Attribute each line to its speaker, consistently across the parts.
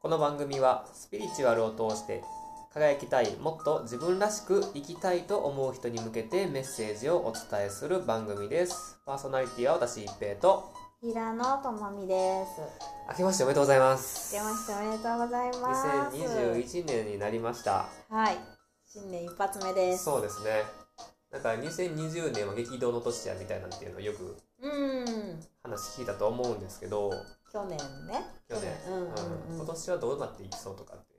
Speaker 1: この番組はスピリチュアルを通して輝きたいもっと自分らしく生きたいと思う人に向けてメッセージをお伝えする番組ですパーソナリティは私一平と
Speaker 2: 平野ともみです。
Speaker 1: 明けましておめでとうございます
Speaker 2: 出ましておめでとうございます。
Speaker 1: 2021年になりました
Speaker 2: はい。新年一発目です。
Speaker 1: そうですねなんか2020年は激動の年やみたいなんていうのをよく
Speaker 2: うん。
Speaker 1: 話聞いたと思うんですけど
Speaker 2: 去年ね。
Speaker 1: 去年、
Speaker 2: うんうん
Speaker 1: うん
Speaker 2: うん。
Speaker 1: 今年はどうなっていきそうとかって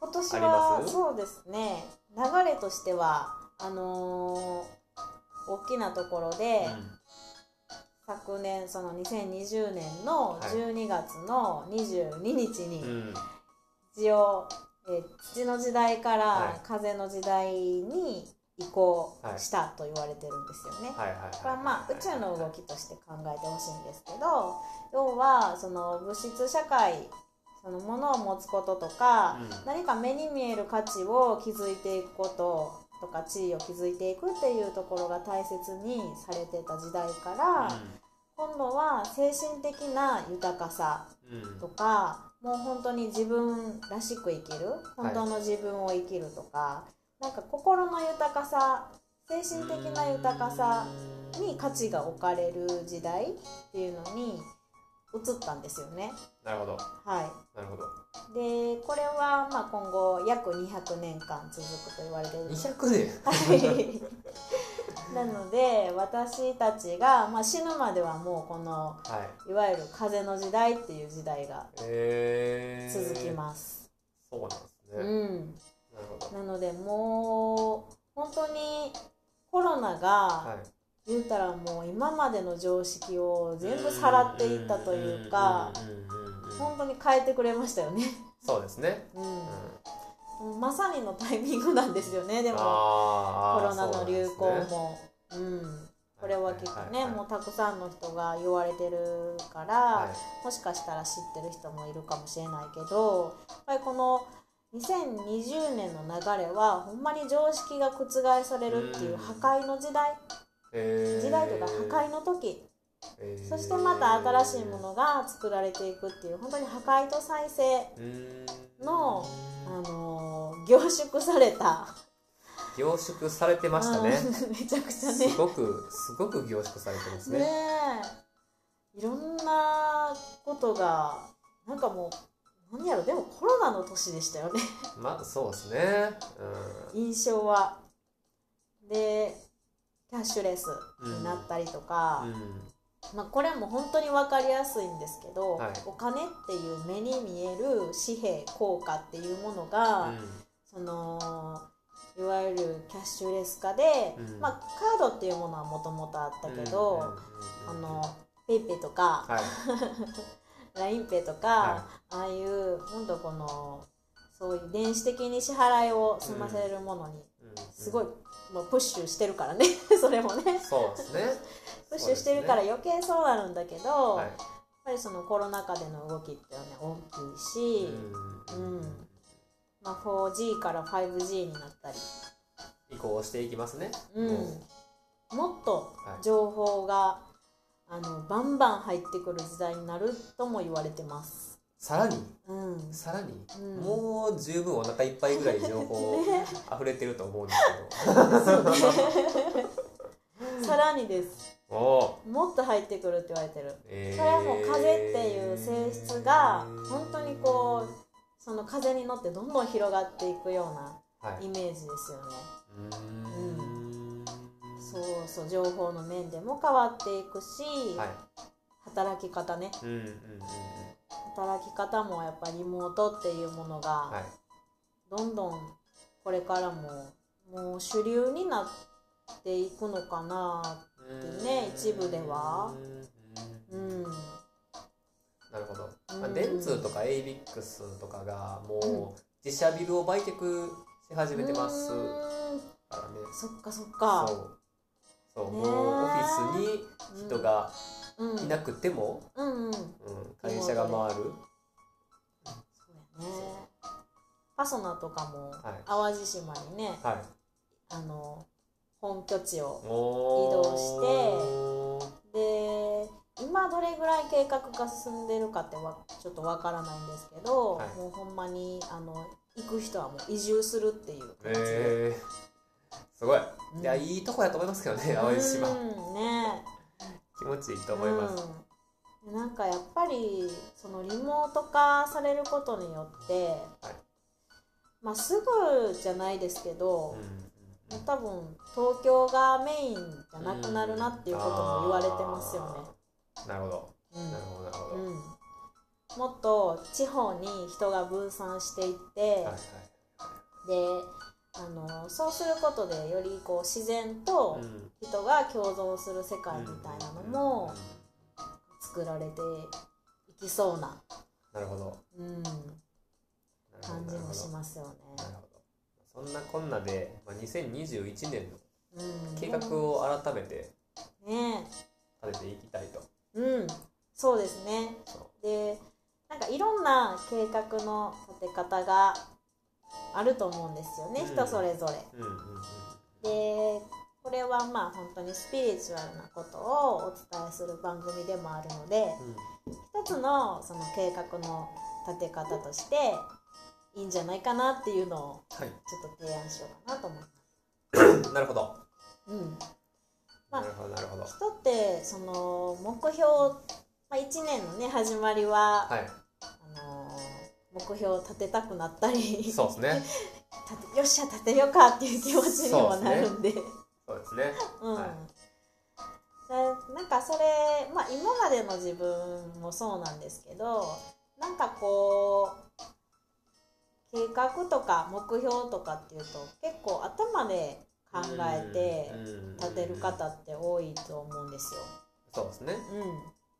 Speaker 2: 今年
Speaker 1: あり
Speaker 2: は
Speaker 1: ます
Speaker 2: そうですね。流れとしてはあのー大きなところで、昨年その2020年の
Speaker 1: はい
Speaker 2: 12月の22日に、
Speaker 1: うん、うん
Speaker 2: 一応、えー土の時代か
Speaker 1: はい
Speaker 2: ら風の時代に移行したと言われてるんですよね。
Speaker 1: はいはいはい
Speaker 2: これはまあ宇宙の動きとして考えてほしいんですけど要はその物質社会そのものを持つこととか
Speaker 1: う
Speaker 2: 何か目に見える価値を築いていくこととか地位を築いていくっていうところが大切にされてた時代から今度は精神的な豊かさ
Speaker 1: んうんうん
Speaker 2: とかもう本当に自分らしく生きる本当の自分を生きるとか、なんか心の豊かさ精神的な豊かさに価値が置かれる時代っていうのに移ったんですよね。
Speaker 1: なるほど
Speaker 2: は
Speaker 1: なるほど
Speaker 2: い、でこれはまあ今後約200年間続くと言われてる
Speaker 1: 200年
Speaker 2: はい なので私たちが、まあ、死ぬまではもうこの
Speaker 1: はい
Speaker 2: いわゆる風の時代っていう時代が
Speaker 1: えー、
Speaker 2: 続きます。
Speaker 1: すそうなんですね、なる
Speaker 2: うん、
Speaker 1: ほど
Speaker 2: なのでもう本当にコロナが
Speaker 1: はい
Speaker 2: 言うたらもう今までの常識を全部さらっていったというか
Speaker 1: うんうんうんうんうん
Speaker 2: 本当に変えてくれましたよね、
Speaker 1: そうですね、
Speaker 2: う
Speaker 1: うん
Speaker 2: ん、まさにのタイミングなんですよねでもコ
Speaker 1: あーあ
Speaker 2: ロ
Speaker 1: ー
Speaker 2: ナの流行
Speaker 1: そうなんですね
Speaker 2: もう、ん、これはきっとねも
Speaker 1: う
Speaker 2: うたくさんの人が言われてるから、
Speaker 1: はい
Speaker 2: もしかしたら知ってる人もいるかもしれないけどやっぱりこの2020年の流れはほんまに常識が覆されるっていううん破壊の時代
Speaker 1: えー
Speaker 2: 時代というか破壊の時
Speaker 1: えー
Speaker 2: そしてまた新しいものが作られていくっていう本当に破壊と再生
Speaker 1: うん
Speaker 2: のあのー凝縮された
Speaker 1: 凝縮されてましたね、
Speaker 2: うん めちゃくちゃね
Speaker 1: すごくすごく凝縮されてます
Speaker 2: ね
Speaker 1: ね
Speaker 2: えいろんなことがなんかもう何やろでもコロナの年でしたよね
Speaker 1: まあそうですね
Speaker 2: 印象はでキャッシュレスになったりとか
Speaker 1: う、ん、うん、
Speaker 2: まあ、これも本当に分かりやすいんですけど、
Speaker 1: はい
Speaker 2: お金っていう目に見える紙幣効果っていうものが、そのいわゆるキャッシュレス化で、
Speaker 1: うん
Speaker 2: まあ、カードっていうものはもともとあったけど、
Speaker 1: うんうんうんうん
Speaker 2: あのペイペイとか、
Speaker 1: はい
Speaker 2: LINEPay とか、
Speaker 1: は
Speaker 2: ああいうほんとこのそういう電子的に支払いを済ませるものに
Speaker 1: うん
Speaker 2: すごい
Speaker 1: うん、
Speaker 2: もうプッシュしてるからね それもね
Speaker 1: そうですね
Speaker 2: プッシュしてるから余計そうなるんだけど、
Speaker 1: は
Speaker 2: やっぱりそのコロナ禍での動きっていうのはね大き
Speaker 1: い
Speaker 2: いし、うんまあ、4G から 5G になったり、
Speaker 1: 移行していきますね
Speaker 2: うん
Speaker 1: も
Speaker 2: もっと
Speaker 1: はい
Speaker 2: 情報があのバンバン入ってくる時代になるとも言われてます。
Speaker 1: さらに
Speaker 2: うん
Speaker 1: さらに、
Speaker 2: うん
Speaker 1: もう十分お腹いっぱいぐらい情報
Speaker 2: ね
Speaker 1: 溢れてると思うんですけ
Speaker 2: さらにです
Speaker 1: どおー
Speaker 2: もっと入ってくるって言われてる
Speaker 1: えー
Speaker 2: それはもう風っていう性質が本当にこその風に乗ってどんどん広がっていくような
Speaker 1: はい
Speaker 2: イメージですよね
Speaker 1: うーん
Speaker 2: そうそう情報の面でも変わっていくし、
Speaker 1: はい
Speaker 2: 働き方ね
Speaker 1: うんうんうんうん
Speaker 2: 働き方もやっぱリモートっていうもの
Speaker 1: は
Speaker 2: が
Speaker 1: い
Speaker 2: どんどんこれからももう主流になっていくのかな
Speaker 1: うん
Speaker 2: ね一部では
Speaker 1: う
Speaker 2: うんん
Speaker 1: なるほど、まあ、
Speaker 2: うん
Speaker 1: 電通とか ABIX とかが
Speaker 2: う
Speaker 1: もう自社ビルを売却し始めてますか
Speaker 2: うーん
Speaker 1: らね
Speaker 2: そっかそっか
Speaker 1: そうそう
Speaker 2: ね
Speaker 1: も
Speaker 2: え
Speaker 1: うオフィスに人が
Speaker 2: うん
Speaker 1: いなくても、
Speaker 2: うんうんそう
Speaker 1: うん、会社が回る
Speaker 2: やねパソナとかも
Speaker 1: はい
Speaker 2: 淡路島にね
Speaker 1: はい
Speaker 2: あの本拠地を
Speaker 1: 移
Speaker 2: 移動してで今どれぐらい計画が進んでるかってわちょっとわからないんですけど、
Speaker 1: はい
Speaker 2: もうほんまにあの行く人はもう移住するっていう感じで、
Speaker 1: えー、すごい、
Speaker 2: うん
Speaker 1: いやいいとこやと思いますけどね淡路島
Speaker 2: うんね
Speaker 1: 気持ちいいと思います、
Speaker 2: うん、なんかやっぱりそのリモート化されることによって、
Speaker 1: はい
Speaker 2: まあすぐじゃないですけど、
Speaker 1: うん
Speaker 2: 多分東京がメインじゃなくなるなっていうことも言われてますよね。
Speaker 1: あーなるほど
Speaker 2: う
Speaker 1: なる
Speaker 2: ん
Speaker 1: ほどなるほど、
Speaker 2: うんもっと地方に人が分散していって、
Speaker 1: はいはい
Speaker 2: であのそうすることでよりこう自然と
Speaker 1: うん
Speaker 2: 人が共存する世界みたいなのも
Speaker 1: うん
Speaker 2: 作られていきそうな、
Speaker 1: なるほど
Speaker 2: うん、
Speaker 1: なるほど
Speaker 2: 感じもしますよね。
Speaker 1: なるほどそんなこんなで、まあ、2021年の
Speaker 2: うん、
Speaker 1: 計画を改めて
Speaker 2: ね
Speaker 1: 立てていきたいと、
Speaker 2: うんそうですね
Speaker 1: そ
Speaker 2: でなんかいろんな計画の立て方があると思うんですよね、
Speaker 1: うん
Speaker 2: 人それぞれ。
Speaker 1: ううんうんうん
Speaker 2: でこれはまあ本当にスピリチュアルなことをお伝えする番組でもあるので
Speaker 1: うん
Speaker 2: 一つのその計画の立て方としていいんじゃないかなっていうのを
Speaker 1: は
Speaker 2: ちょっと提案しようかなと思います。
Speaker 1: いなるほど
Speaker 2: うん、まあ
Speaker 1: なるほどなるほど
Speaker 2: 人ってその目標、まあ、1年のね始まり
Speaker 1: は
Speaker 2: は、あのー目標を立てたくなったり
Speaker 1: いそうですね
Speaker 2: 立てよっしゃ立てようかっていう気持ちにもなるんで。
Speaker 1: そうですね
Speaker 2: うん
Speaker 1: はい
Speaker 2: でなんかそれ、まあ、今までの自分もそうなんですけどなんかこう計画とか目標とかっていうと結構頭で考えて
Speaker 1: て
Speaker 2: 立てる方って多いと思うんですよ。
Speaker 1: そうですね
Speaker 2: う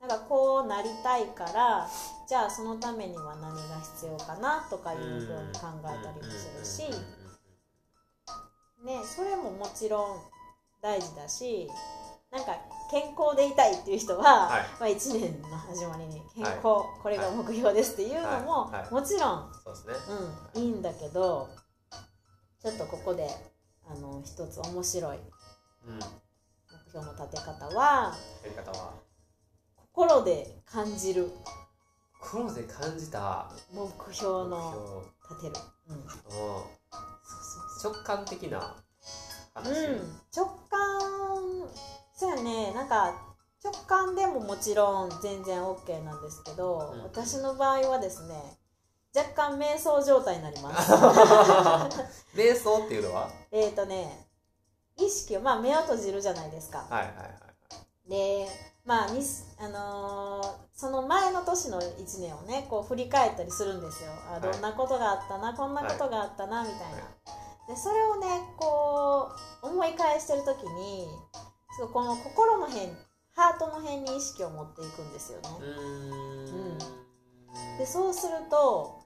Speaker 2: ん、なんかこうなりたいからじゃあそのためには何が必要かなとかいうふうに考えたりもするし。ね、それももちろん大事だしなんか健康でいたいっていう人は、
Speaker 1: はい
Speaker 2: まあ、1年の始まりに健康、これが
Speaker 1: はい
Speaker 2: 目標ですっていうのも、
Speaker 1: はいはい
Speaker 2: もちろん、
Speaker 1: そうですね
Speaker 2: うん、いいんだけどちょっとここであの一つ面白い
Speaker 1: うん
Speaker 2: 目標の立て方は
Speaker 1: やり方は
Speaker 2: 心で感じる
Speaker 1: 心で感じた
Speaker 2: 目標
Speaker 1: 目標
Speaker 2: の立てる、うん、そう
Speaker 1: うん
Speaker 2: そう
Speaker 1: 直感的な話、
Speaker 2: うん、直感そうやねなんか直感でももちろん全然 OK なんですけど、
Speaker 1: うん
Speaker 2: 私の場合はですね若干瞑想状態になります
Speaker 1: 瞑想っていうのは
Speaker 2: えっとね意識をまあ目を閉じるじゃないですか
Speaker 1: はいはいはい
Speaker 2: でまあにしあのーその前の年の1年をねこう振り返ったりするんですよあ
Speaker 1: い
Speaker 2: どんなことがあったな、こんなことがあったな、みたいな、でそれをねこう思い返してる時にすごいこの心の辺ハートの辺に意識を持っていくんですよね、
Speaker 1: うーん
Speaker 2: うんでそうすると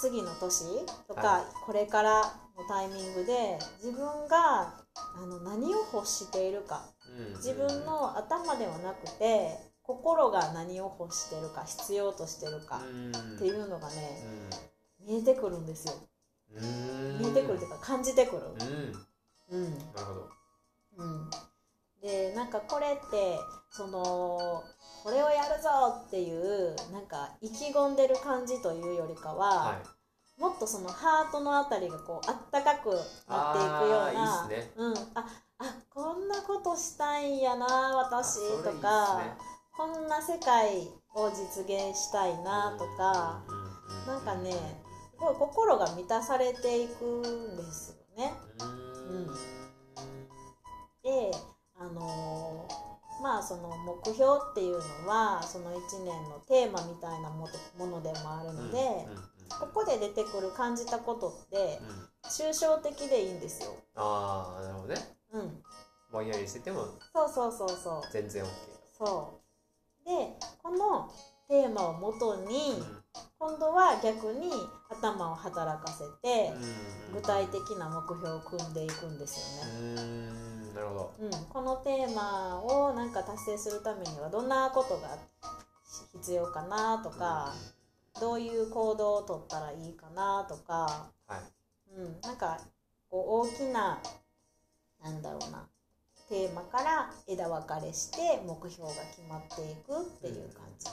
Speaker 2: 次の年とか、
Speaker 1: は
Speaker 2: これからのタイミングで自分があの何を欲しているか
Speaker 1: うん
Speaker 2: 自分の頭ではなくて心が何を欲してるか必要としてるかっていううのがね
Speaker 1: ん
Speaker 2: 見えてくるんですよ
Speaker 1: うん
Speaker 2: 見えてくるというか感じてくる、
Speaker 1: うんな
Speaker 2: うん、
Speaker 1: るほど
Speaker 2: うん、でなんかこれってそのこれをやるぞっていうなんか意気込んでる感じというよりかは、
Speaker 1: はい
Speaker 2: もっとそのハートのあたりがこうあったかくなっていくような
Speaker 1: あーいいっすね
Speaker 2: うん、ああこんなことしたいんやな私
Speaker 1: あそれい
Speaker 2: と
Speaker 1: いっすね
Speaker 2: かこんな世界を実現したいなとか、
Speaker 1: うん
Speaker 2: なんかねすごい心が満たされていくんですよね。
Speaker 1: うん
Speaker 2: うんであのーまあその目標っていうのはその1年のテーマみたいなもとものでもあるので、ここで出てくる感じたことって
Speaker 1: うんうん
Speaker 2: 抽象的でいいんですよ。
Speaker 1: ああなるほどね
Speaker 2: うん、
Speaker 1: ぼんやりしてても
Speaker 2: そうそうそうそう
Speaker 1: 全然 OK
Speaker 2: そう。でこのテーマをもとに今度は逆に頭を働かせて
Speaker 1: うん
Speaker 2: 具体的な目標を組んでいくんですよね。
Speaker 1: うんなるほど
Speaker 2: うん、このテーマをなんか達成するためにはどんなことが必要かなとか、どういう行動をとったらいいかなとか、
Speaker 1: はい
Speaker 2: うん、なんかこう大きななんだろうなテーマから枝分かれして目標が決まっていくっていう感じ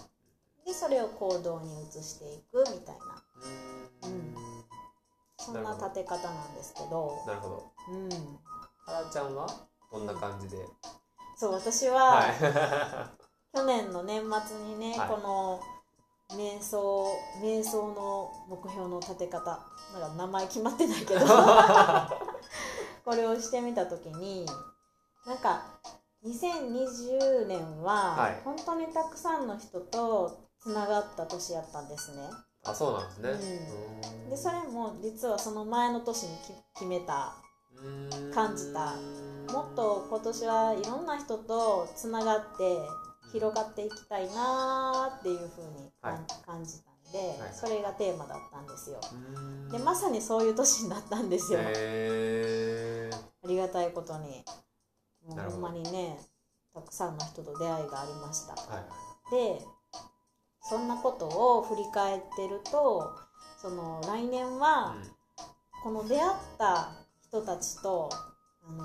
Speaker 2: でそれを行動に移していくみたい
Speaker 1: う
Speaker 2: な
Speaker 1: ん
Speaker 2: うんそん
Speaker 1: な
Speaker 2: な
Speaker 1: るほど
Speaker 2: 立て方なんですけど、
Speaker 1: なるほど
Speaker 2: うん、
Speaker 1: はらちゃんはどんな感じで
Speaker 2: そう私は、
Speaker 1: は
Speaker 2: 去年の年末にね、
Speaker 1: はい
Speaker 2: この瞑想瞑想の目標の立て方なんか名前決まってないけど これをしてみた時になんか2020年
Speaker 1: は
Speaker 2: はい本当にたくさんの人とつながった年やったんですね。
Speaker 1: いあそうなんですねうーん
Speaker 2: でそれも実はその前の年にき決めた
Speaker 1: うーん
Speaker 2: 感じたもっと今年はいろんな人とつながって広がっていきたいなーっていう風にかん、
Speaker 1: はい
Speaker 2: 感じたんで、
Speaker 1: はい
Speaker 2: それがテーマだったんですよ。
Speaker 1: うーん
Speaker 2: でまさにそういう年になったんですよ。
Speaker 1: へー
Speaker 2: ありがたいことにもう
Speaker 1: なる
Speaker 2: ほ
Speaker 1: ほど
Speaker 2: んまにねたくさんの人と出会いがありました。
Speaker 1: はい
Speaker 2: でそんなことを振り返ってるとその来年は、この出会った人たちと、あの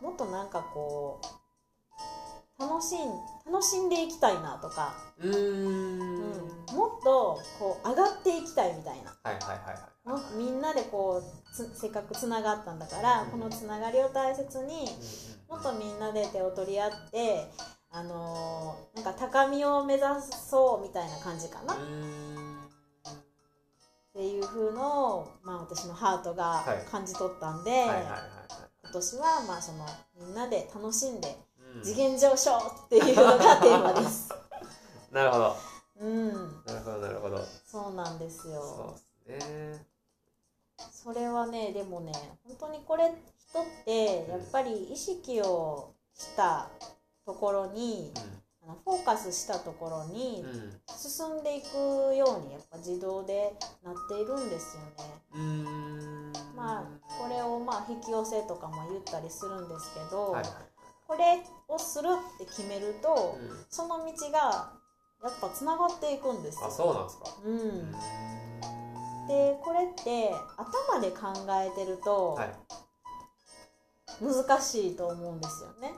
Speaker 2: もっとなんかこう楽しん楽しんでいきたいなとか、
Speaker 1: うんうー
Speaker 2: うんん、もっとこう上がっていきたいみたいな。
Speaker 1: はいはいはい
Speaker 2: も
Speaker 1: はい
Speaker 2: っとみんなでこうつせっかくつながったんだからこのつながりを大切にもっとみんなで手を取り合って、あのなんか高みを目指そうみたいな感じかなっ
Speaker 1: うんうん
Speaker 2: ていう風のを、まあ、私のハートが
Speaker 1: はい
Speaker 2: 感じ取ったんで、
Speaker 1: はいはいはいはい
Speaker 2: 今年はまあそのみんなで楽しんで
Speaker 1: うん
Speaker 2: 次元上昇っていうのがテーマです。
Speaker 1: なるほど
Speaker 2: うん、
Speaker 1: なるほどなるほど
Speaker 2: そうなんですよ。
Speaker 1: そうですね
Speaker 2: それはねでもね本当にこれ人ってやっぱり意識をしたところにあのフォーカスしたところに
Speaker 1: うんうん
Speaker 2: 進んでいくようにやっぱ自動でなっているんですよね。
Speaker 1: うーん
Speaker 2: まあこれをまあ引き寄せとかも言ったりするんですけど、
Speaker 1: はい
Speaker 2: これをするって決めると。
Speaker 1: うん
Speaker 2: その道がやっぱつながっていくんですよ。
Speaker 1: あそうなんですか
Speaker 2: うん、
Speaker 1: うん
Speaker 2: でこれって頭で考えてると
Speaker 1: はい
Speaker 2: 難しいと思うんですよね。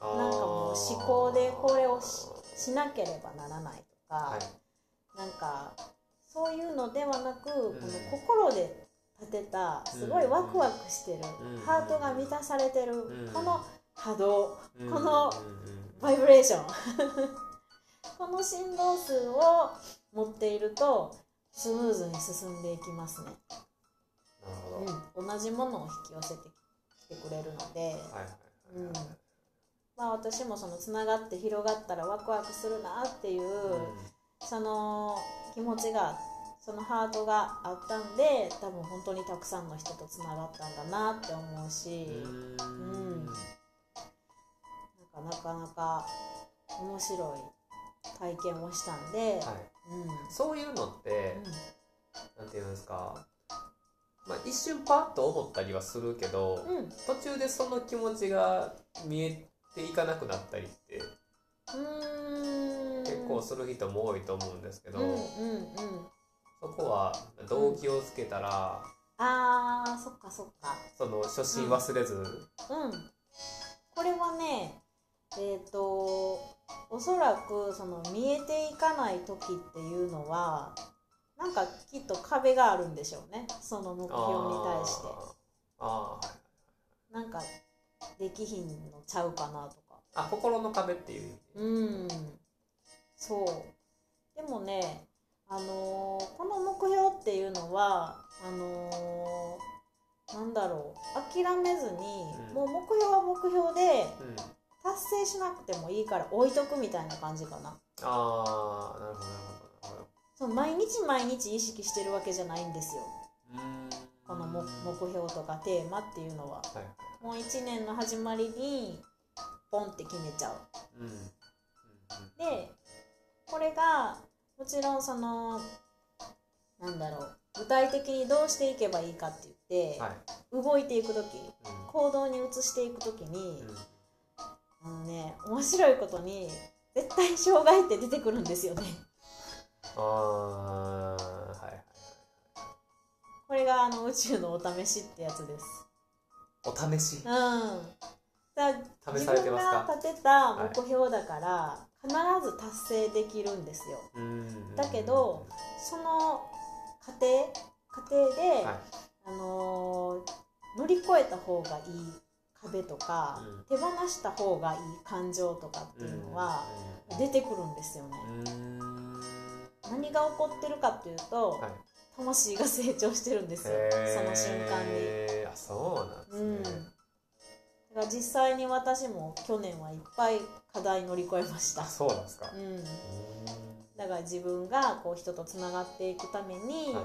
Speaker 1: あー
Speaker 2: なんかもう思考でこれをししなければならないとか、
Speaker 1: はい
Speaker 2: なんかそういうのではなく、
Speaker 1: ん
Speaker 2: この心で立てたすごいワクワクしてる、
Speaker 1: ん
Speaker 2: ハートが満たされてる、
Speaker 1: うん
Speaker 2: この波動
Speaker 1: うん
Speaker 2: この
Speaker 1: うんうん
Speaker 2: バイブレーション この振動数を持っているとスムーズに進んでいきますね、
Speaker 1: なるほど
Speaker 2: うん、同じものを引き寄せてきてくれるので、
Speaker 1: はいはい
Speaker 2: うんまあ、私もそのつながって広がったらワクワクするなっていう、その気持ちがそのハートがあったんで多分本当にたくさんの人とつながったんだなって思うし、
Speaker 1: うん
Speaker 2: うんなんかなかなか面白い体験をしたんで、
Speaker 1: はい
Speaker 2: うん
Speaker 1: そういうのって
Speaker 2: うん
Speaker 1: なんていうんですかまあ一瞬パッと思ったりはするけど
Speaker 2: うん、う
Speaker 1: 途中でその気持ちが見えていかなくなったりって
Speaker 2: ーん
Speaker 1: 結構する人も多いと思うんですけど、
Speaker 2: うんうんうん
Speaker 1: そこは動機をつけたら、
Speaker 2: あーそっかそっか
Speaker 1: その初心忘れず、
Speaker 2: うんこれはねえっ、とおそらくその見えていかない時っていうのはなんかきっと壁があるんでしょうねその目標に対して
Speaker 1: あー
Speaker 2: なんかできひんのちゃうかなとか
Speaker 1: あーあ心の壁っていう意味
Speaker 2: うんそうでもねあのーこの目標っていうのはあのーなんだろう諦めずに、
Speaker 1: うん
Speaker 2: もう目標は目標で
Speaker 1: うん、
Speaker 2: 達成しなくてもいいから置いとくみたいな感じかな
Speaker 1: ああなるほどなるほどなる
Speaker 2: その毎日毎日意識してるわけじゃないんですよ
Speaker 1: ほどうん
Speaker 2: このも目標とかテーマっていうのは
Speaker 1: はいはい
Speaker 2: もう1年の始まりにポンって決めちゃう
Speaker 1: うんうんうん
Speaker 2: でこれがもちろんそのなんだろう具体的にどうしていけばいいかって言って、
Speaker 1: はい
Speaker 2: 動いていく時
Speaker 1: うん
Speaker 2: 行動に移していく時に、
Speaker 1: うん
Speaker 2: あのね面白いことに絶対障害って出てくるんですよね。
Speaker 1: ああーはいはい
Speaker 2: これがあの宇宙のお試しってやつです。
Speaker 1: お試し
Speaker 2: うん。だ
Speaker 1: 試
Speaker 2: 自
Speaker 1: されて
Speaker 2: 分
Speaker 1: ますか
Speaker 2: が立てた目標だから必ず達成できるんですよ。
Speaker 1: うん
Speaker 2: だけどその過程過程で、
Speaker 1: は
Speaker 2: あのー乗り越えた方がいい壁とか、手放した方がいい感情とかっていうのは出てくるんですよね。
Speaker 1: うんうん
Speaker 2: 何が起こってるかっていうと、
Speaker 1: はい
Speaker 2: 魂が成長してるんですよその瞬間に。
Speaker 1: へーあそうなん
Speaker 2: うん
Speaker 1: ですね、
Speaker 2: だから実際に私も去年はいっぱい課題乗り越えまし
Speaker 1: あ。
Speaker 2: た
Speaker 1: そうなんですか、
Speaker 2: うん、
Speaker 1: うん
Speaker 2: だから自分がこう人とつながっていくために
Speaker 1: はい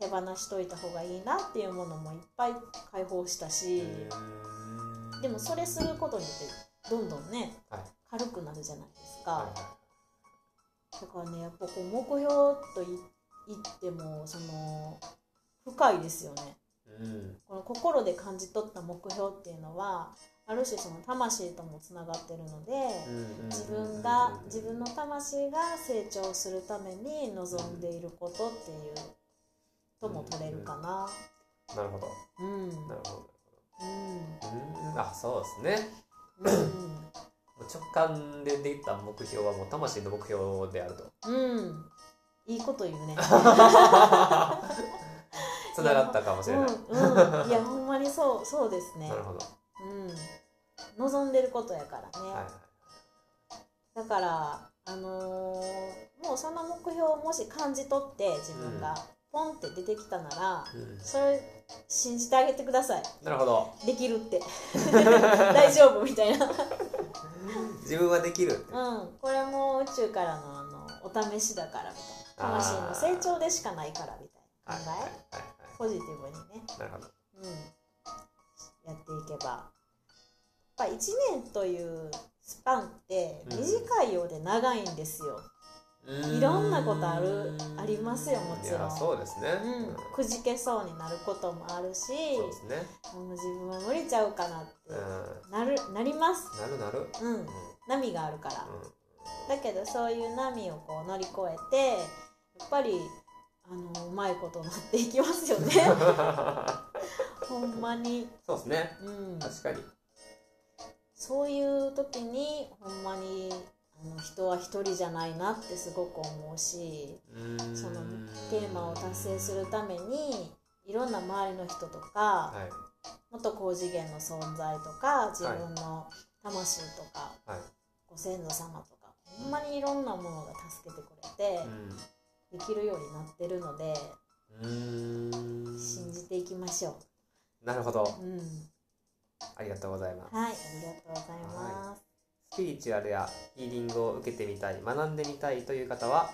Speaker 2: 手放しといた方がいいなっていうものもいっぱい解放したし、でもそれすることによってどんどんね、
Speaker 1: はい
Speaker 2: 軽くなるじゃないですか、
Speaker 1: はいは
Speaker 2: だからねやっぱこう目標とい言ってもその深いですよね
Speaker 1: いうん
Speaker 2: この心で感じ取った目標っていうのはある種その魂ともつながってるので、
Speaker 1: うん
Speaker 2: 自分が自分の魂が成長するために望んでいることっていうとも取れるかな。
Speaker 1: なるほど
Speaker 2: うん。うん。
Speaker 1: なるほどうんあそうですね
Speaker 2: う
Speaker 1: も
Speaker 2: ん
Speaker 1: う直感でできた目標はもう魂の目標であると
Speaker 2: うん。いいこと言うね。
Speaker 1: つながったかもし
Speaker 2: う
Speaker 1: れ
Speaker 2: ん
Speaker 1: ない、
Speaker 2: うん。いやほんまにそうそうですね
Speaker 1: な。るほど、
Speaker 2: うん。望んでることやからね。
Speaker 1: はい
Speaker 2: だからあのーもうその目標をもし感じ取って自分がポンって出てきたな
Speaker 1: う
Speaker 2: ら、
Speaker 1: ん
Speaker 2: それ信じてあげてください。
Speaker 1: なるほど
Speaker 2: できるって大丈夫みたいな、
Speaker 1: 自分はできるって
Speaker 2: うん、これも宇宙からのあのお試しだからみたいな
Speaker 1: あー
Speaker 2: 魂の成長でしかないからみた
Speaker 1: はい
Speaker 2: い
Speaker 1: はい
Speaker 2: な考え、
Speaker 1: はい
Speaker 2: ポジティブにね、
Speaker 1: はいなるほど
Speaker 2: うん、やっていけばやっぱ1年というスパンって
Speaker 1: うん
Speaker 2: 短いようで長いんですよ、
Speaker 1: う
Speaker 2: いろんなことあるありますよもちろん
Speaker 1: いやそうですね、
Speaker 2: うん
Speaker 1: うん
Speaker 2: くじけそうになることもあるし
Speaker 1: そうですね
Speaker 2: もう自分は無理ちゃうかなって
Speaker 1: うん
Speaker 2: なるなります、
Speaker 1: なるなる
Speaker 2: うん、波があるから。
Speaker 1: う
Speaker 2: だけどそういう波をこう乗り越えてやっぱりあのうまいことなっていきますよね
Speaker 1: ん
Speaker 2: ほんまに、
Speaker 1: そうですね
Speaker 2: うん、
Speaker 1: 確かに
Speaker 2: そういう時にほんまにあの人は一人じゃないなってすごく思うしそのテーマを達成するためにいろんな周りの人とか、
Speaker 1: はい
Speaker 2: もっと高次元の存在とか自分の魂とか、
Speaker 1: はい
Speaker 2: ご先祖様とかほんまにいろんなものが助けてくれて。できるようになってるので
Speaker 1: うんうん
Speaker 2: 信じていきましょ
Speaker 1: なるほど
Speaker 2: う。うん、
Speaker 1: ありがとうございます
Speaker 2: はい、ありがとうございます。
Speaker 1: スピリチュアルやヒーリングを受けてみたい学んでみたいという方は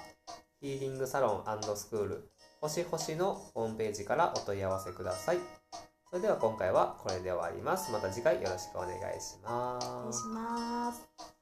Speaker 1: ヒーリングサロンスクール星々のホームページからお問い合わせくださいそれでは今回はこれで終わりますまた次回よろしくお願いし
Speaker 2: お
Speaker 1: ま
Speaker 2: 願い
Speaker 1: す
Speaker 2: します。